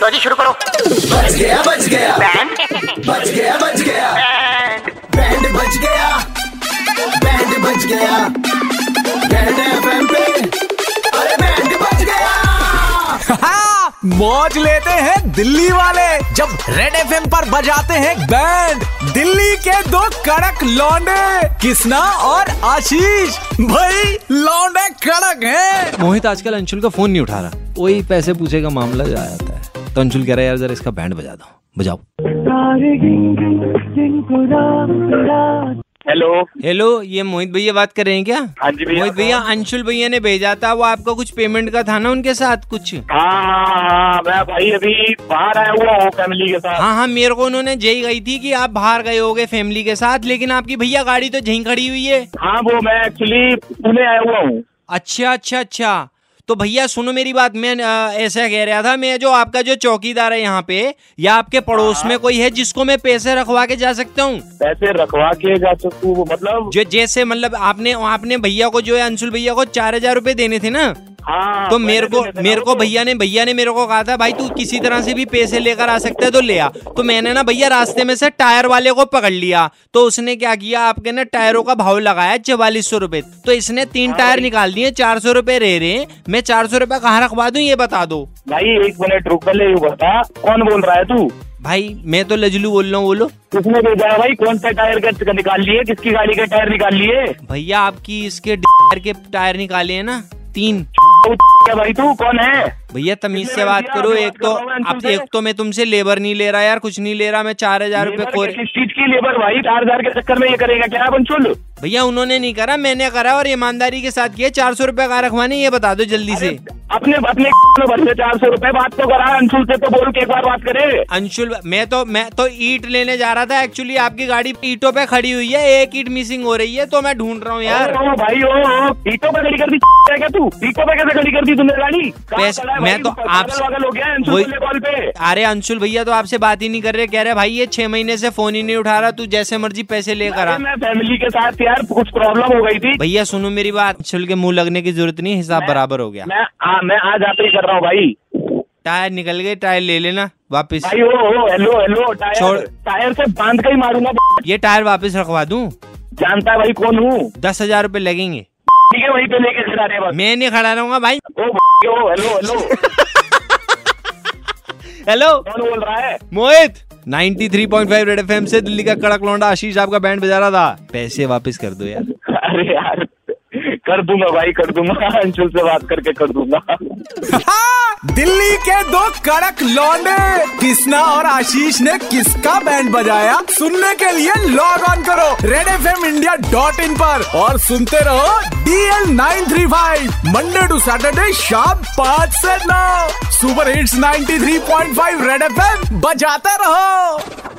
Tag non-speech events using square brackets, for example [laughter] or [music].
लो तो जी शुरू करो बच गया बच गया बैंड बच गया बच गया बैंड बच गया बैंड बच गया बैंड एफएम पे अरे बैंड बच गया हाँ, मौज लेते हैं दिल्ली वाले जब रेड एफ पर बजाते हैं बैंड दिल्ली के दो कड़क लौंडे किसना और आशीष भाई लौंडे कड़क हैं मोहित आजकल अंशुल का फोन नहीं उठा रहा वही पैसे पूछे का मामला जा जाता है तो अंशुल कह रहा है यार जरा इसका बैंड बजा दो बजाओ हेलो हेलो ये मोहित भैया बात कर रहे हैं क्या हाँ जी भैया मोहित भैया अंशुल भैया ने भेजा था वो आपका कुछ पेमेंट का था ना उनके साथ कुछ हाँ हाँ हाँ मैं भाई अभी बाहर आया हुआ हूँ फैमिली के साथ हाँ हाँ मेरे को उन्होंने यही गई थी कि आप बाहर गए होगे फैमिली के साथ लेकिन आपकी भैया गाड़ी तो यहीं खड़ी हुई है हाँ वो मैं एक्चुअली पुणे आया हुआ हूँ अच्छा अच्छा अच्छा तो भैया सुनो मेरी बात मैं अ, ऐसा कह रहा था मैं जो आपका जो चौकीदार है यहाँ पे या आपके पड़ोस में कोई है जिसको मैं पैसे रखवा के जा सकता हूँ पैसे रखवा के जा सकूँ वो मतलब जो जैसे मतलब आपने आपने भैया को जो है अंशुल भैया को चार हजार रूपए देने थे ना हाँ तो मेरे को मैंने मेरे को भैया ने भैया ने मेरे को कहा था भाई तू किसी तरह से भी पैसे लेकर आ सकता है तो ले आ तो मैंने ना भैया रास्ते में से टायर वाले को पकड़ लिया तो उसने क्या किया आपके ना टायरों का भाव लगाया चवालीस सौ रूपए तो इसने तीन टायर निकाल दिए चार सौ रूपए रह रहे मैं चार सौ रूपए कहाँ रखवा दूं ये बता दो भाई एक मिनट रुक पहले ये बता कौन बोल रहा है तू भाई मैं तो लजलू बोल रहा हूँ बोलो किसने भेजा है भाई कौन सा टायर का निकाल लिए किसकी गाड़ी के टायर निकाल लिए भैया आपकी इसके टायर के टायर निकाले हैं ना तीन तू है तो भाई तू कौन है भैया तमीज किसने से भाई बात दिया? करो मैं एक तो बात कर रहा हूँ अंशुल अब से। एक तो मैं तुमसे लेबर नहीं ले रहा यार कुछ नहीं ले रहा मैं चार हजार रूपए लेबर खोर के किस चीज की लेबर भाई चार हजार के चक्कर में ये करेगा क्या बंसुल भैया उन्होंने नहीं करा मैंने करा और ईमानदारी के साथ किया चार सौ रूपए का रखवाने ये बता दो जल्दी से अपने अपने में भर से चार सौ रूपए बात तो करा अंशुल से तो बोल के एक बार बात करे अंशुल मैं तो मैं तो ईट लेने जा रहा था एक्चुअली आपकी गाड़ी ईटों पे खड़ी हुई है एक ईट मिसिंग हो रही है तो मैं ढूंढ रहा हूँ यार ओ भाई ओ ओ, पीठों पे खड़ी कर दी [laughs] है क्या तू पीठों पे कैसे खड़ी कर दी तूने गाड़ी कहाँ पैस- चला है मैं भाई? तो पागल आपसे- वागल हो गया है वही- इंसुल कॉल पे अरे अंशुल भैया तो आपसे बात ही नहीं कर रहे कह रहे भाई ये छह महीने से फोन ही नहीं उठा रहा तू जैसे मर्जी पैसे लेकर आ अरे मैं फैमिली के साथ यार कुछ प्रॉब्लम हो गई थी भैया सुनो मेरी बात अंशुल के मुंह लगने की जरूरत नहीं हिसाब बराबर हो गया मैं आ, मैं आज आते ही कर रहा हूँ भाई टायर निकल गए टायर ले लेना वापस भाई ओ ओ हेलो हेलो छोड़। टायर टायर से बांध के ही मारूंगा [laughs] ये टायर वापस रखवा दूं जानता है भाई कौन हूँ दस हजार रूपए लगेंगे ठीक है वहीं पे लेके खड़ा रहे बस मैं नहीं खड़ा रहूंगा भाई ओ ओ हेलो हेलो [laughs] हेलो कौन बोल रहा है मोहित 93.5 रेड एफएम से दिल्ली का कड़क लौंडा आशीष आपका बैंड बजा रहा था पैसे वापस कर दो यार अरे यार कर दूंगा भाई कर दूंगा [laughs] अंशुल से बात करके कर दूंगा हाँ, दिल्ली के दो कड़क लौंडे किसना और आशीष ने किसका बैंड बजाया सुनने के लिए लॉग ऑन करो red F M India dot in पर और सुनते रहो DL nine three five Monday to Saturday शाम पाँच से नौ super hits 93.5 red F M बजाते रहो